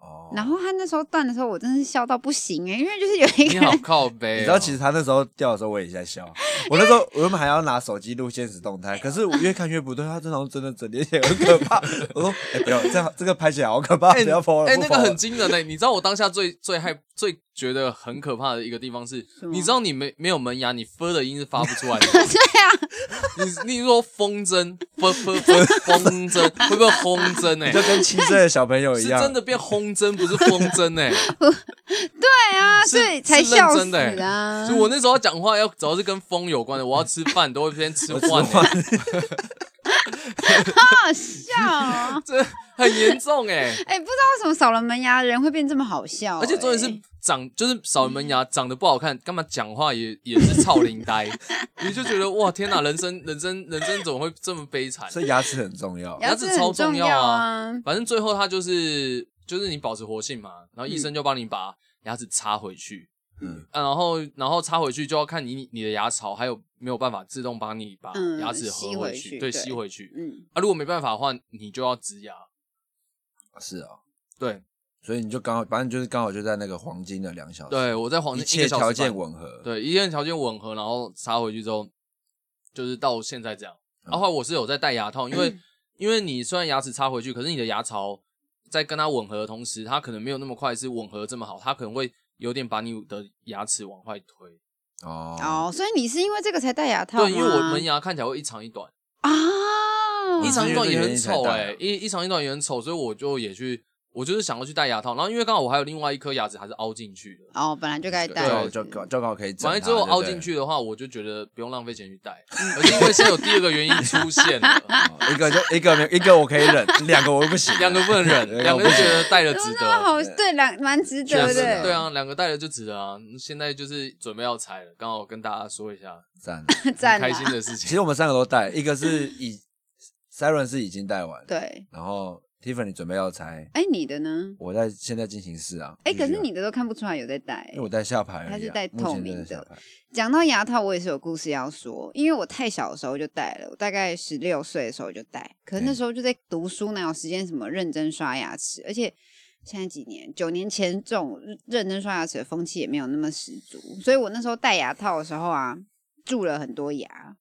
E: 哦
D: 然后他那时候断的时候，我真是笑到不行哎、因为就是有一
C: 你
D: 个
C: 好
D: 人，
C: 靠背哦、
E: 你知道，其实他那时候掉的时候，我也在 笑。我那时候我原本还要拿手机录现实动态，可是我越看越不对，他这张真的整脸也很可怕。我说：“哎，不要这样，这个拍起来好可怕，
C: 哎
E: 不要抛了。”
C: 哎、
E: 不
C: 那
E: po
C: 个
E: 了
C: 很惊人的、你知道我当下最最害、最觉得很可怕的一个地方是，
D: 吗
C: 你知道你没没有门牙，你分的音是发不出来 的。对啊，你你说风筝，风风风风筝，会不会风筝、
E: 就
C: 哎，
E: 跟七岁的小朋友
C: 是
E: 一样，
C: 真的变风筝，不是风筝哎、
D: 对啊，
C: 是
D: 所以才
C: 是认
D: 笑
C: 真
D: 死
C: 的欸
D: 啊。
C: 所以我那时候讲话要只要是跟风有关的，我要吃饭都会先吃欸
E: 我吃
C: 饭、欸。
D: 好好笑哦！
C: 这很严重哎、
D: 哎、不知道为什么少了门牙的人会变这么好笑、
C: 而且重点
D: 哎
C: 是长就是少门牙，长得不好看，干嘛讲话也也是操灵呆，你就觉得哇天哪，人生人生人生怎么会这么悲惨？
E: 所以牙齿很重要。
C: 牙齿
D: 齿
C: 超重
D: 很重
C: 要啊
D: 啊！
C: 反正最后他就是就是你保持活性嘛，然后医生就帮你把牙齿插回去，嗯
E: 嗯、
C: 啊，然后然后插回去就要看你你的牙槽还有没有办法自动帮你把
D: 嗯
C: 牙齿合
D: 吸回
C: 去，
D: 去
C: 对，
D: 对
C: 吸回去。
D: 嗯，
C: 啊，如果没办法的话，你就要植牙。
E: 是啊，
C: 对
E: 所以你就刚好，反正就是刚好就在那个黄金的两小时，
C: 对，，我在黄
E: 一
C: 金
E: 切
C: 个小时
E: 条
C: 半
E: 件吻合。，
C: 对，一切条件吻合，然后插回去之后，就是到现在这样。然后我是有在戴牙套，因为 因为你虽然牙齿插回去，可是你的牙槽在跟它吻合的同时，它可能没有那么快是吻合这么好，它可能会有点把你的牙齿往外推。
E: 哦，
D: 哦，所以你是因为这个才戴牙套吗？
C: 对，因为我门牙看起来会一长一短，
D: 啊，
C: 一长一短也很
E: 因为这个原因才
C: 丑
E: 戴啊
C: 哎、一一长一短也很丑，所以我就也去，我就是想要去戴牙套。然后因为刚好我还有另外一颗牙齿还是凹进去的，
D: 哦，本来就该戴
E: 就
D: 的，
E: 就啊就刚好可以整
C: 反
E: 它。
C: 正最后凹
E: 对不
C: 进
E: 对
C: 去的话，我就觉得不用浪费钱去戴，而是因为现在有第二个原因出现了，
E: 哦 一个就一个没一个我可以忍，两个我不行，
C: 两个不能 忍， 两个就觉得戴了值
D: 哦 那
C: 得。
D: 好，对，两蛮值
E: 确
D: 得
E: 实
D: 的，
C: 对啊，两个戴了就值得啊。现在就是准备要拆了，刚好跟大家说一 下，
E: 赞。
D: 赞啊
C: 很开
D: 啦
C: 心的事
E: 其
C: 情。
E: 实我们三个都带，一个是已 Siren 是已经带完，
D: 对，
E: 然后 Tiffany 准备要拆，
D: 哎，你的呢？
E: 我在现在进行式啊。
D: 哎，
E: 继
D: 可
E: 续
D: 是
E: 啊
D: 你的都看不出来有在戴
C: 哎
E: 因为。我戴下排而已啊，
D: 它是戴
E: 目前
D: 透明
E: 就戴下
D: 的
E: 排
D: 讲到牙套，我也是有故事要说，因为我太小的时候就戴了，我大概十六岁的时候就戴，可是那
E: 嗯
D: 时候就在读书，哪有时间什么认真刷牙齿？而且现在几年，九年前这种认真刷牙齿的风气也没有那么十足，所以我那时候戴牙套的时候啊，蛀了很多牙。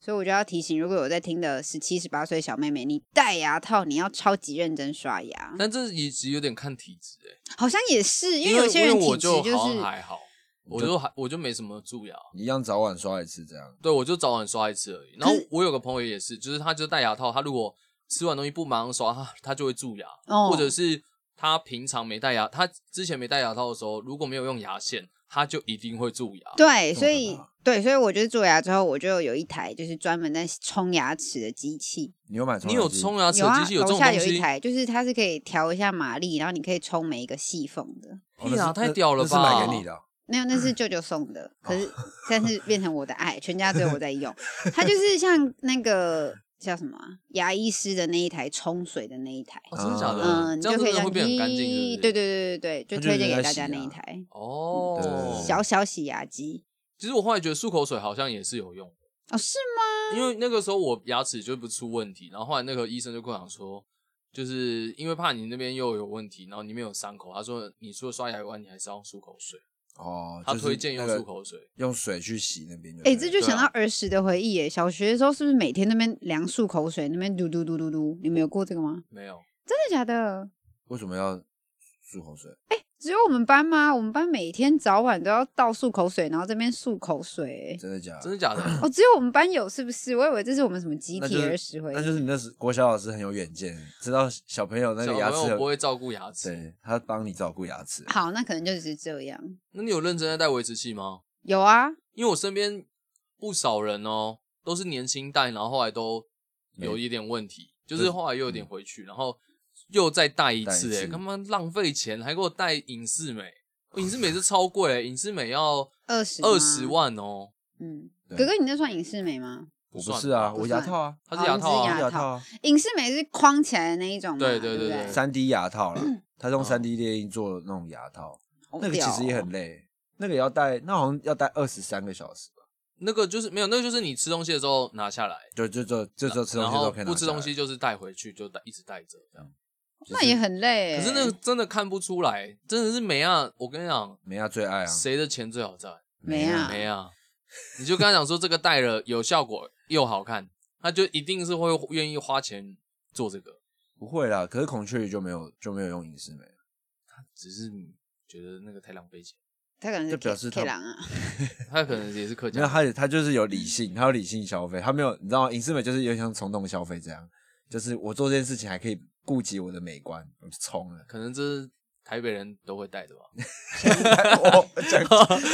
D: 所以我就要提醒，如果有在听的十七、十八岁小妹妹，你戴牙套，你要超级认真刷牙。
C: 但这也其实有点看体质哎、
D: 好像也是，因为
C: 为
D: 有些人
C: 因为我
D: 体质
C: 就好像
D: 是
C: 还好，我就还我就没什么蛀牙，
E: 一样早晚刷一次这样。
C: 对我就早晚刷一次而已。然后我有个朋友也是，就是他就戴牙套，他如果吃完东西不马上刷，他他就会蛀牙，
D: 哦
C: 或者是他平常没戴牙，他之前没戴牙套的时候，如果没有用牙线，他就一定会蛀牙。
E: 这
D: 对，
E: 么
D: 所
E: 可
D: 以
E: 怕
D: 对，所以我就是蛀牙之后，我就有一台就是专门在冲牙齿的机器，
E: 你有买？
C: 你有冲？牙齿
D: 有啊
C: 机，器这
D: 楼
C: 种
D: 下
C: 东
D: 有一
C: 西？
D: 台，就是它是可以调一下马力，然后你可以冲每一个细缝的。
E: 哦
C: 屁
E: 那
C: 啦
E: 是
C: 啊太屌了
E: 那
C: 吧
E: 那是买给你的哦。
D: 没有，
C: 嗯
D: 那是舅舅送的，可
C: 哦
D: 是但是变成我的爱，全家只有我在用。它就是像那个叫什么啊、牙医师的那一台冲水的那一台，
C: 哦，真的假的？
D: 嗯，你
C: 这样
D: 就可
C: 真
D: 以这
C: 的
D: 样
C: 会变很干净是不是
D: 滴，对对对对对，就
E: 它就是
D: 推荐
E: 在
D: 给大
E: 洗
D: 家那
E: 牙
D: 一台
C: 哦，
E: 对
D: 小小洗牙机。
C: 其实我后来觉得漱口水好像也是有用，
D: 哦，是
C: 因为那个时候我牙齿就不出问题，然后后来那个医生就跟我讲说，就是因为怕你那边又有问题，然后你那边有伤口，他说你除了刷牙以外，你还是要用漱口水，
E: 哦，
C: 他
E: 就是
C: 推荐用
E: 那个
C: 漱口水。
E: 用水去洗那边。
D: 哎、
E: 哎，
D: 这就
C: 对
D: 想
C: 啊
D: 到儿时的回忆耶。小学的时候是不是每天那边量漱口水，那边嘟嘟嘟嘟嘟？你们有过这个吗？
C: 没有，
E: 啊
D: 真的假的？
E: 为什么要漱口水？
D: 只有我们班吗？我们班每天早晚都要倒漱口水，然后这边漱口水。
E: 真的假的？
C: 真的假的？
D: 哦，只有我们班有是不是？我以为这是我们什么集
E: 那
D: 体
E: 就是
D: 儿时回忆。
E: 那就是你那时国小老师很有远见，知道小朋友那
C: 小
E: 个牙齿
C: 朋友
E: 有
C: 不会照顾牙齿。
E: 对他帮你照顾牙齿。
D: 好，那可能就只是这样。
C: 那你有认真在戴维持器吗？
D: 有啊，
C: 因为我身边不少人哦，都是年轻戴，然后后来都有
E: 哎
C: 一点问题，就是后来又有点回去，然后又再戴
E: 嗯
C: 一次、
E: 戴一
C: 哎，
E: 次
C: 他妈浪费钱，还给我戴隐适美，隐适美是超贵、哎隐适美要
D: 二十
C: 二十。万哦，
D: 嗯，
E: 对
D: 哥哥，你那算影视美吗？
E: 我不
C: 算
E: 是啊，
C: 吧
E: 我牙套啊，
C: 它是牙套
D: 哦你
C: 啊
D: 是，
E: 牙套啊，
D: 影视美是框起来的那一种嘛，
C: 对对
D: 对
C: 对
D: 不
C: 对
E: 三 D 牙套啦，它是用
C: 哦
E: 三 D 列印做的那种牙套，
D: 嗯好
E: 那个其
D: 屌
E: 实也
D: 哦
E: 很累，那个也要戴，那好像要戴二十三个小时吧，
C: 那个就是没有，那个就是你吃东西的时候拿下来，
E: 就就就就就吃东
C: 然
E: 西都
C: 后
E: 可以拿
C: 不吃
E: 下来
C: 东西，就是带回去，就带一直带着这样。
D: 那也很累欸。
C: 可是那个真的看不出来，真的是美亚，我跟你讲，
E: 美亚最爱啊，
C: 谁的钱最好赚？
D: 没啊，
C: 没啊，你就跟他讲说这个戴了有效果又好看， 他就一定是会愿意花钱做这个。
E: 不会啦，可是孔雀鱼就没有就没有用隐适美，
C: 只是觉得那个太浪费钱，
D: 他可能是
E: 就表
D: K-
E: 示
D: K
E: 他
D: 狼啊。
C: 他可能也是客
E: 没有
C: 家。
E: 它也它就是有理性，它有理性消费，它没有你知道吗？隐适美就是有点像冲动消费这样，就是我做这件事情还可以顾及我的美观，我就冲了。
C: 可能这是台北人都会戴的吧？
E: 我 讲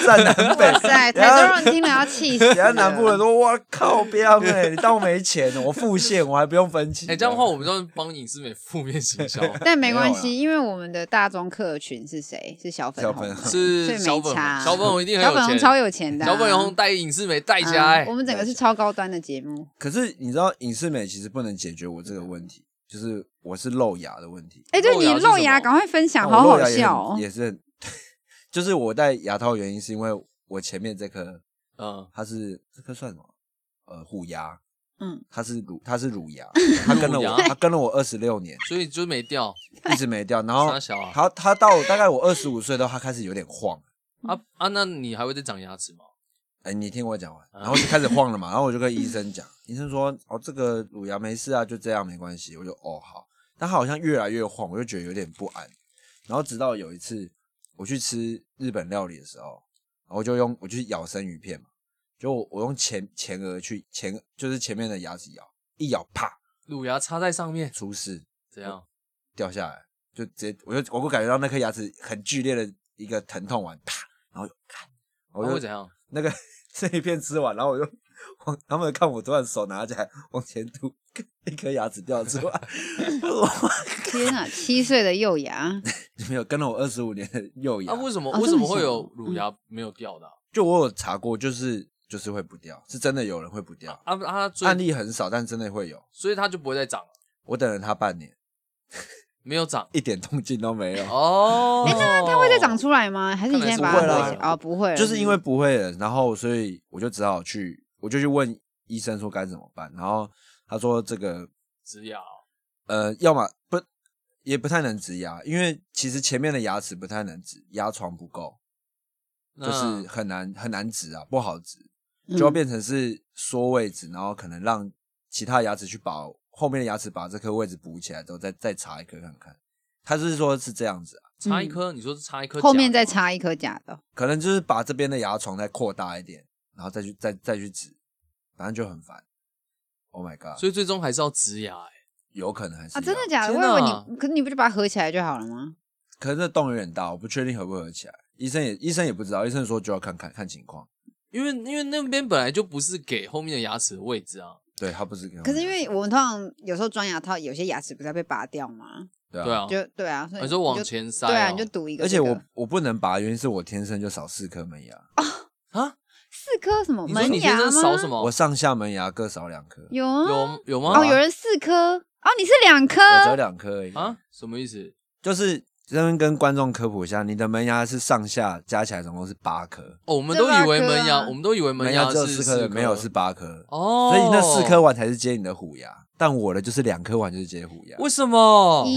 E: 在南北
D: 哇， 塞，
E: 然
D: 台
E: 后
D: 中人啊听了要气死了。
E: 人家南部人说：“哇靠，不要哎，你当我没钱哦，我付现，我还不用分期。”
C: 哎、这样的话，我们就帮影视美负面 行销，
D: 但没关
E: 没啊
D: 系，因为我们的大众客群是谁？是小粉
E: 小
D: 红
E: 粉
D: 嘛，
E: 红
C: 是
D: 所
C: 小
D: 以没
C: 粉
D: 差。啊
C: 红，小粉红一定很
D: 小
C: 有
D: 粉红
C: 钱，
D: 超有钱的啊，
C: 小粉红带影视美带哎起来
D: 嗯我，们整个是超高端的节
C: 啊
D: 目，
E: 可是你知道，影视美其实不能解决我这个问题，就是我是露牙的问题。
D: 哎，对
C: 露
D: 你
C: 牙是
D: 露
C: 什
D: 牙，
C: 么
D: 赶快分享，
E: 那
D: 好
E: 我露
D: 好
E: 牙也很
D: 笑哦。
E: 也是很， 就是我戴牙套的原因是因为我前面这颗
C: 嗯，
E: 它是这颗算什么？呃，虎牙，
D: 嗯，
E: 它是乳它是乳牙，它跟了我
C: 乳牙
E: 它跟了我二十六年，
C: 所以就没掉
E: 一直没掉。然后
C: 傻小啊
E: 它它到大概我二十五岁的时候，它开始有点晃。
C: 啊啊！那你还会再长牙齿吗？
E: 哎，你听我讲完，然后就开始晃了嘛，然后我就跟医生讲，医生说哦，这个乳牙没事啊，就这样没关系。我就哦好，但他好像越来越晃，我就觉得有点不安。然后直到有一次我去吃日本料理的时候，然后我就用我去咬生鱼片嘛，就我我用前前额去前就是前面的牙齿咬，一咬啪
C: 乳牙插在上面，
E: 出事
C: 怎样？
E: 掉下来，就直接我就我就感觉到那颗牙齿很剧烈的一个疼痛完啪，然后就看，我
C: 啊
E: 就
C: 会怎样？
E: 那个 这一片吃完，然后我就 往他们看我突然手拿起来往前吐， 一颗牙齿掉出来，
D: 天啊，七岁的幼 牙，
E: 没有跟了我二十五年的幼牙
C: 啊，，为什么
D: 哦
C: 为
D: 这
C: 什
D: 么
C: 么会
D: 小
C: 有
D: 哦
C: 乳牙没有掉的啊？
E: 就我有查过，就是就是会不掉，是真的有人会不掉，
C: 啊啊，所
E: 案
C: 以
E: 例很少，但真的会有。
C: 所以它就不会再长了，
E: 我等了他半年，
C: 没有长
E: 一点动静都没 有，
C: 哦。那它
D: 会再长出来吗？还是你
C: 看
D: 现
C: 来
D: 在
C: 是
D: 把
E: 不会
D: 它
E: 啦
D: 回去？哦，不会了，
E: 就是因为不会了，然后所以我就只好去，我就去问医生说该怎么办，然后他说这个
C: 植牙哦，
E: 呃，要么不也不太能植牙，因为其实前面的牙齿不太能植，牙床不够，就
C: 那
E: 是很难很难植啊，不好植，
D: 嗯
E: 就要变成是缩位置，然后可能让其他牙齿去把后面的牙齿把这颗位置补起来之后，再再插一颗看看。他是说是这样子啊，
C: 插一颗，你说是插一颗，
D: 后面再。插一颗假的，啊
E: 可能就是把这边的牙床再扩大一点，然后再去再再去植，反正就很烦。Oh my god！
C: 所以最终还是要植牙、欸，
E: 有可能还是
D: 啊，
E: 一
D: 真的
E: 样
D: 假的？
C: 天哪
D: 我以为你，可是你不就把它合起来就好了吗？
E: 可是那洞有点大，我不确定合不合起来。医生也医生也不知道，医生说就要看看看情况。
C: 因为因为那边本来就不是给后面的牙齿的位置啊。
E: 对他不是给我们
D: 可是因为我们通常有时候装牙套，有些牙齿不是要被拔掉吗？
E: 对啊，
C: 对啊，
D: 就对啊，所以
C: 你说往
D: 就
C: 前塞、哦
D: 对啊，你就赌一个
E: 而
D: 这
E: 且
D: 个。
E: 我我不能拔，原因是我天生就少四颗门牙，
C: 啊，
D: 四颗什么
C: 你说
D: 门
C: 你
D: 牙
C: 先
D: 吗？
C: 生少什么？
E: 我上下门牙各少两颗，
D: 有啊，
C: 有有吗？
D: 哦，有人四颗哦，你是两颗，
E: 我只有两颗而已。
C: 啊？什么意思？
E: 就是这边跟观众科普一下，你的门牙是上下加起来总共是八颗，
C: 哦，我们
D: 这
C: 都以为
D: 八颗啊
C: 门牙，我们都以为
E: 门
C: 牙
E: 只有
C: 是
E: 颗的，
C: 四
E: 没有是八颗，
C: 哦，
E: 所以那四颗完才是接你的虎牙，但我的就是两颗完就是接虎牙。
C: 为什么？
E: 嗯
D: 咦，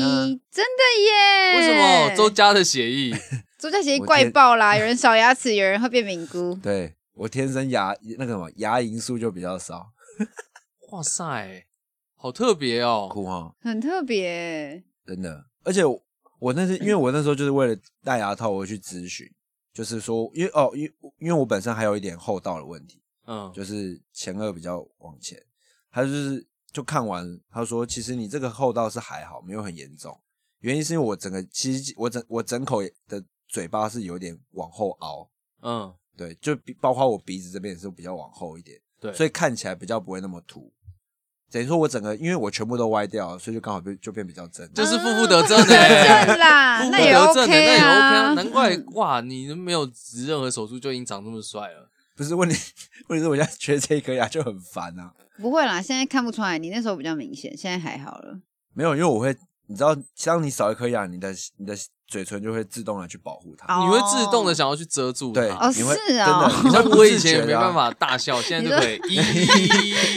D: 真的耶？
C: 为什么周家的协议？
D: 周家协
E: 我
D: 怪
E: 天
D: 爆啦，有人少牙齿，有人会变敏菇。
E: 对我天生牙那个什么牙龈数就比较少，
C: 哇塞，好特别哦！
E: 酷哈，
D: 很特别，
E: 真的。而且我我那是因为我那时候就是为了戴牙套，我去咨询，就是说，因为哦，因为因为我本身还有一点后道的问题，
C: 嗯，
E: 就是前颚比较往前。他就是就看完，他说其实你这个后道是还好，没有很严重。原因是因为我整个其实我整我整口的嘴巴是有点往后凹，
C: 嗯，
E: 对，就比包括我鼻子这边也是比较往后一点，
C: 对，
E: 所以看起来比较不会那么凸。等于说我整个，因为我全部都歪掉了，所以就刚好变就变比较正。
C: 就是负负得正
D: 嗯得
C: 哎
D: 正，啦
C: 负，负
D: 那也
C: 得正欸
D: OK
C: 那也 OK 啊，
D: 啊，
C: 难怪哇，你没有植任何手术就已经长这么帅了。
E: 不是问题，问题是我现在缺这一颗牙就很烦啊。
D: 不会啦，现在看不出来，你那时候比较明显，现在还好了。
E: 没有，因为我会，你知道，当你少一颗牙，你的你的嘴唇就会自动的去保护它。
D: 哦
C: 你会自动的想要去遮住它
E: 对，
D: 哦
E: 你会
D: 是
E: 真
D: 哦
E: 的，你会
C: 像
E: 不
C: 我
E: 自
C: 以前也
E: 觉
C: 没
E: 的啊
C: 办法大笑，现在就可以
D: 你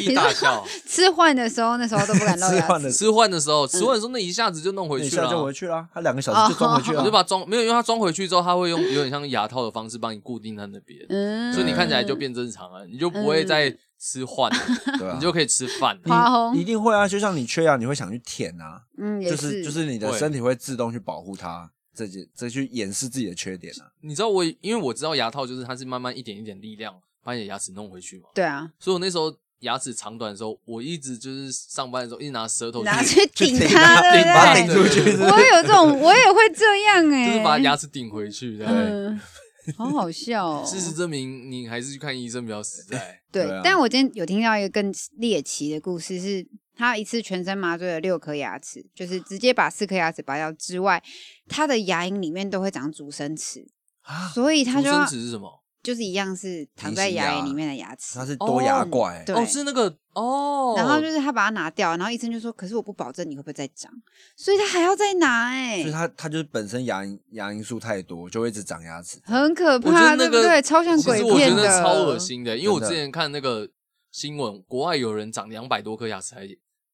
C: 一
D: 说
C: 大笑。
D: 吃饭的时候，那时候都不敢 露
E: 吃
D: 牙
E: 饭
D: 齿，
E: 的时
C: 吃饭的时候，吃饭的时候那一下子就弄
E: 候，
C: 回
E: 你
C: 去
E: 下
C: 了
E: 就
C: 啊
E: 回。去啦，他两个小
D: 哦
E: 时就装回去啊
C: 我
E: 了
C: 就。把它装没有，因为它装回去之后，它会用有点像牙套的方式帮你固定在那边，
D: 嗯，
C: 所以你看起来就变正常了，你就不会再吃饭 了，
E: 对啊
C: 你就可以吃饭了。
D: 花红
E: 你一定会啊，就像你缺牙，你会想去舔啊，
D: 嗯，也
E: 就是就是你的
C: 会
E: 身体会自动去保护它，这些这去掩饰自己的缺点啊。
C: 你知道我，因为我知道牙套就是它是慢慢一点一点力量把你的牙齿弄回去嘛，
D: 对啊，
C: 所以我那时候牙齿长短的时候，我一直就是上班的时候一直拿舌头
D: 拿去顶
E: 顶
D: 它，
E: 它
D: 对
E: 把它
D: 不
E: 顶
D: 对？
E: 出去是不是
D: 我也有这 种，我也会这样哎、
C: 就是把牙齿顶回去的。
D: 嗯， 好好笑 哦。
C: 事实证明，你还是去看医生比较实在。
D: 对
E: 对啊，
D: 但我今天有听到一个更猎奇的故事是。他一次全身麻醉了六颗牙齿，就是直接把四颗牙齿拔掉之外，他的牙龈里面都会长竹生齿，
E: 啊，
D: 所以他
C: 竹
D: 就要
C: 生齿是什么？
D: 就是一样是躺
E: 平
D: 在
E: 行
D: 牙
E: 牙
D: 龈里面的牙齿
C: 啊
E: 它。是多牙怪、欸
D: 对
C: 哦，是那个哦。
D: 然后就是他把它拿掉，然后医生就说：“可是我不保证你会不会再长，所以他还要再拿、
E: 所以
D: 哎，
E: 它它就是本身牙龈牙龈数太多，就会一直长牙齿。
D: 很可
C: 我觉
D: 怕，
C: 得那
D: 对
C: 个
D: 不对？超像
C: 其
D: 鬼
C: 实我觉
D: 片
C: 得
D: 的，
C: 超恶。心的，因为我之
E: 真的
C: 前看那个新闻，国外有人长两百多颗牙齿还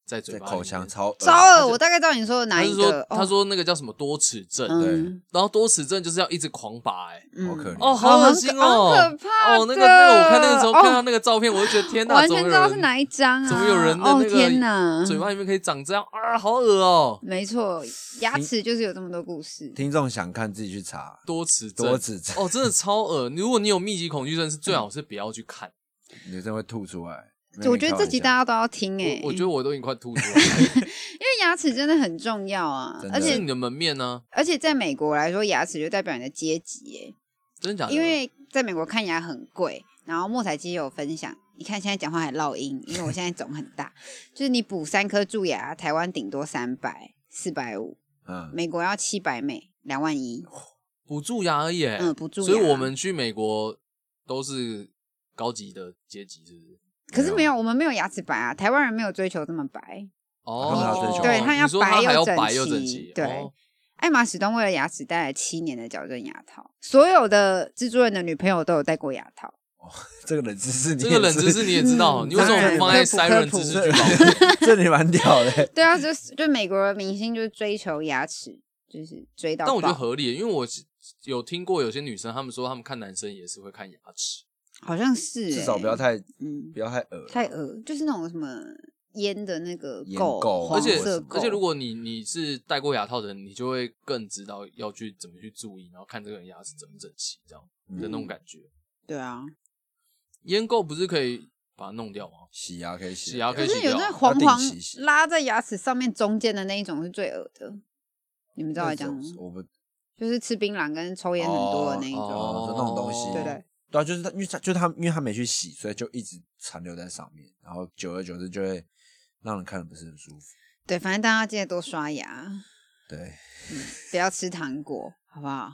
C: 在嘴
E: 在
C: 巴里
E: 口
C: 面
E: 腔。 超恶
D: 糟了，我大概知道你说的哪
C: 他
D: 一
C: 是
D: 个
C: 说，。
D: 哦
C: 啊他说那个叫什么多齿症，
D: 嗯
C: 然后多齿症就是要一直狂拔，哎，
D: 嗯
E: 好可怜
C: 哦，
D: 好
C: 恶心哦，
D: 很可怕
C: 哦，那个那个，
D: 的
C: 我看那个时候
D: 哦
C: 看到那个照片，我就觉得天哪，
D: 完
C: 怎
D: 全
C: 么
D: 知
C: 有
D: 道
C: 人
D: 是哪一张啊！
C: 怎么有人的那
D: 哦
C: 个
D: 天哪！
C: 嘴巴里面可以长这样啊，好恶哦，
D: 没错，牙齿就是有这么多故事。
E: 听众想看自己去查
C: 多齿症，
E: 多齿症，
C: 哦，真的超恶。如果你有密集恐惧症，是最好是不要去看。
E: 女生会吐出来。
D: 我觉得这集大家都要 听哎、
C: 我我觉得我都已经快吐出来了。
D: 因为牙齿真的很重要啊
E: 真，的
D: 而
C: 是
D: 且
C: 你的门面啊呢？
D: 而且在美国来说，牙齿就代表你的阶级
C: 真的假
D: 哎、
C: 的？
D: 因为在美国看牙很贵，然后莫彩基也有分享。你看现在讲话还落音，因为我现在肿很大，就是你补三颗蛀牙，台湾顶多三百、四百五，
E: 嗯，
D: 美国要七百美，两万一。
C: 补蛀牙而已，
D: 嗯，补蛀牙。
C: 所以我们去美国都是高级的阶级，是不是？
D: 可是没有，我们没有牙齿白啊，台湾人没有追求这么白。
E: 他们还要追
C: 哦，
E: 求啊
D: 对他要
C: 你说他
D: 白又
C: 还要
D: 整
C: 白又
D: 齐
C: 整齐，
D: 对
C: 哦
D: 艾玛史东为了牙齿戴了七年的矫正牙套，所有的蜘蛛人的女朋友都有戴过牙套。
E: 这个冷知识你
C: 这个冷知
E: 识
C: 识你也知道，
D: 嗯
C: 你为什么不放在
D: 当然
C: Siren
D: 科普
C: 知识
D: 科
C: 去保护？
E: 这你蛮屌的。
D: 对啊，就是就美国的明星就是追求牙齿，就是追到
C: 但
D: 爆。
C: 我觉得合理，因为我是有听过有些女生，她们说她们看男生也是会看牙齿，
D: 好像是、欸，
E: 至少不要太
D: 嗯
E: 不要太恶，
D: 太恶，就是那种什么腌的那个
E: 腌
D: 狗，
E: 狗
C: 而
D: 黄
C: 且
D: 色狗，
C: 而且如果你你是戴过牙套的人，你就会更知道要去怎么去注意，然后看这个人牙齿整不整齐，这样
E: 嗯
C: 的那种感觉。
D: 对啊，
C: 烟垢不是可以把它弄掉吗？
E: 洗牙可以洗，
C: 洗牙可
D: 可
C: 以
D: 是有那
C: 要
D: 黄黄
E: 定期洗
D: 拉在牙齿上面中间的那一种是最恶的，你们知道我在讲什么吗？
E: 我不
D: 就是吃槟榔跟抽烟很多的那一种，
E: 哦，那种东西，
D: 对不对？
E: 对啊，就是他，因为他就他，因为他没去洗，所以就一直残留在上面，然后久而久之就会让人看的不是很舒服。
D: 对，反正大家记得多刷牙，
E: 对，
D: 不要吃糖果，好不好？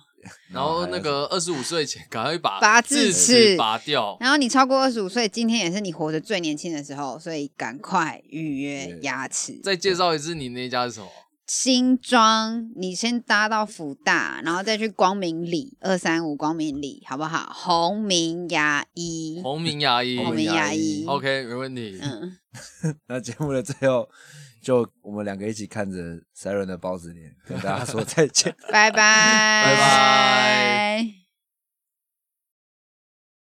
E: 嗯
C: 然后那个二十五岁前赶快把
D: 拔
C: 智
D: 智
C: 齿
D: 齿
C: 拔掉，
D: 然后你超过二十五岁，今天也是你活得最年轻的时候，所以赶快预约
E: 对
D: 牙齿。
C: 再介绍一次你那家是什么？
D: 嗯新庄，你先搭到福大，然后再去光明里二三五光明里，好不好？红明牙医，
C: 红明牙医。
D: 红明牙医，
C: OK，没问题。
D: 嗯，
E: 那节目的最后，就我们两个一起看着 Siren 的包子脸，跟大家说再见。
D: 拜拜，拜
C: 拜。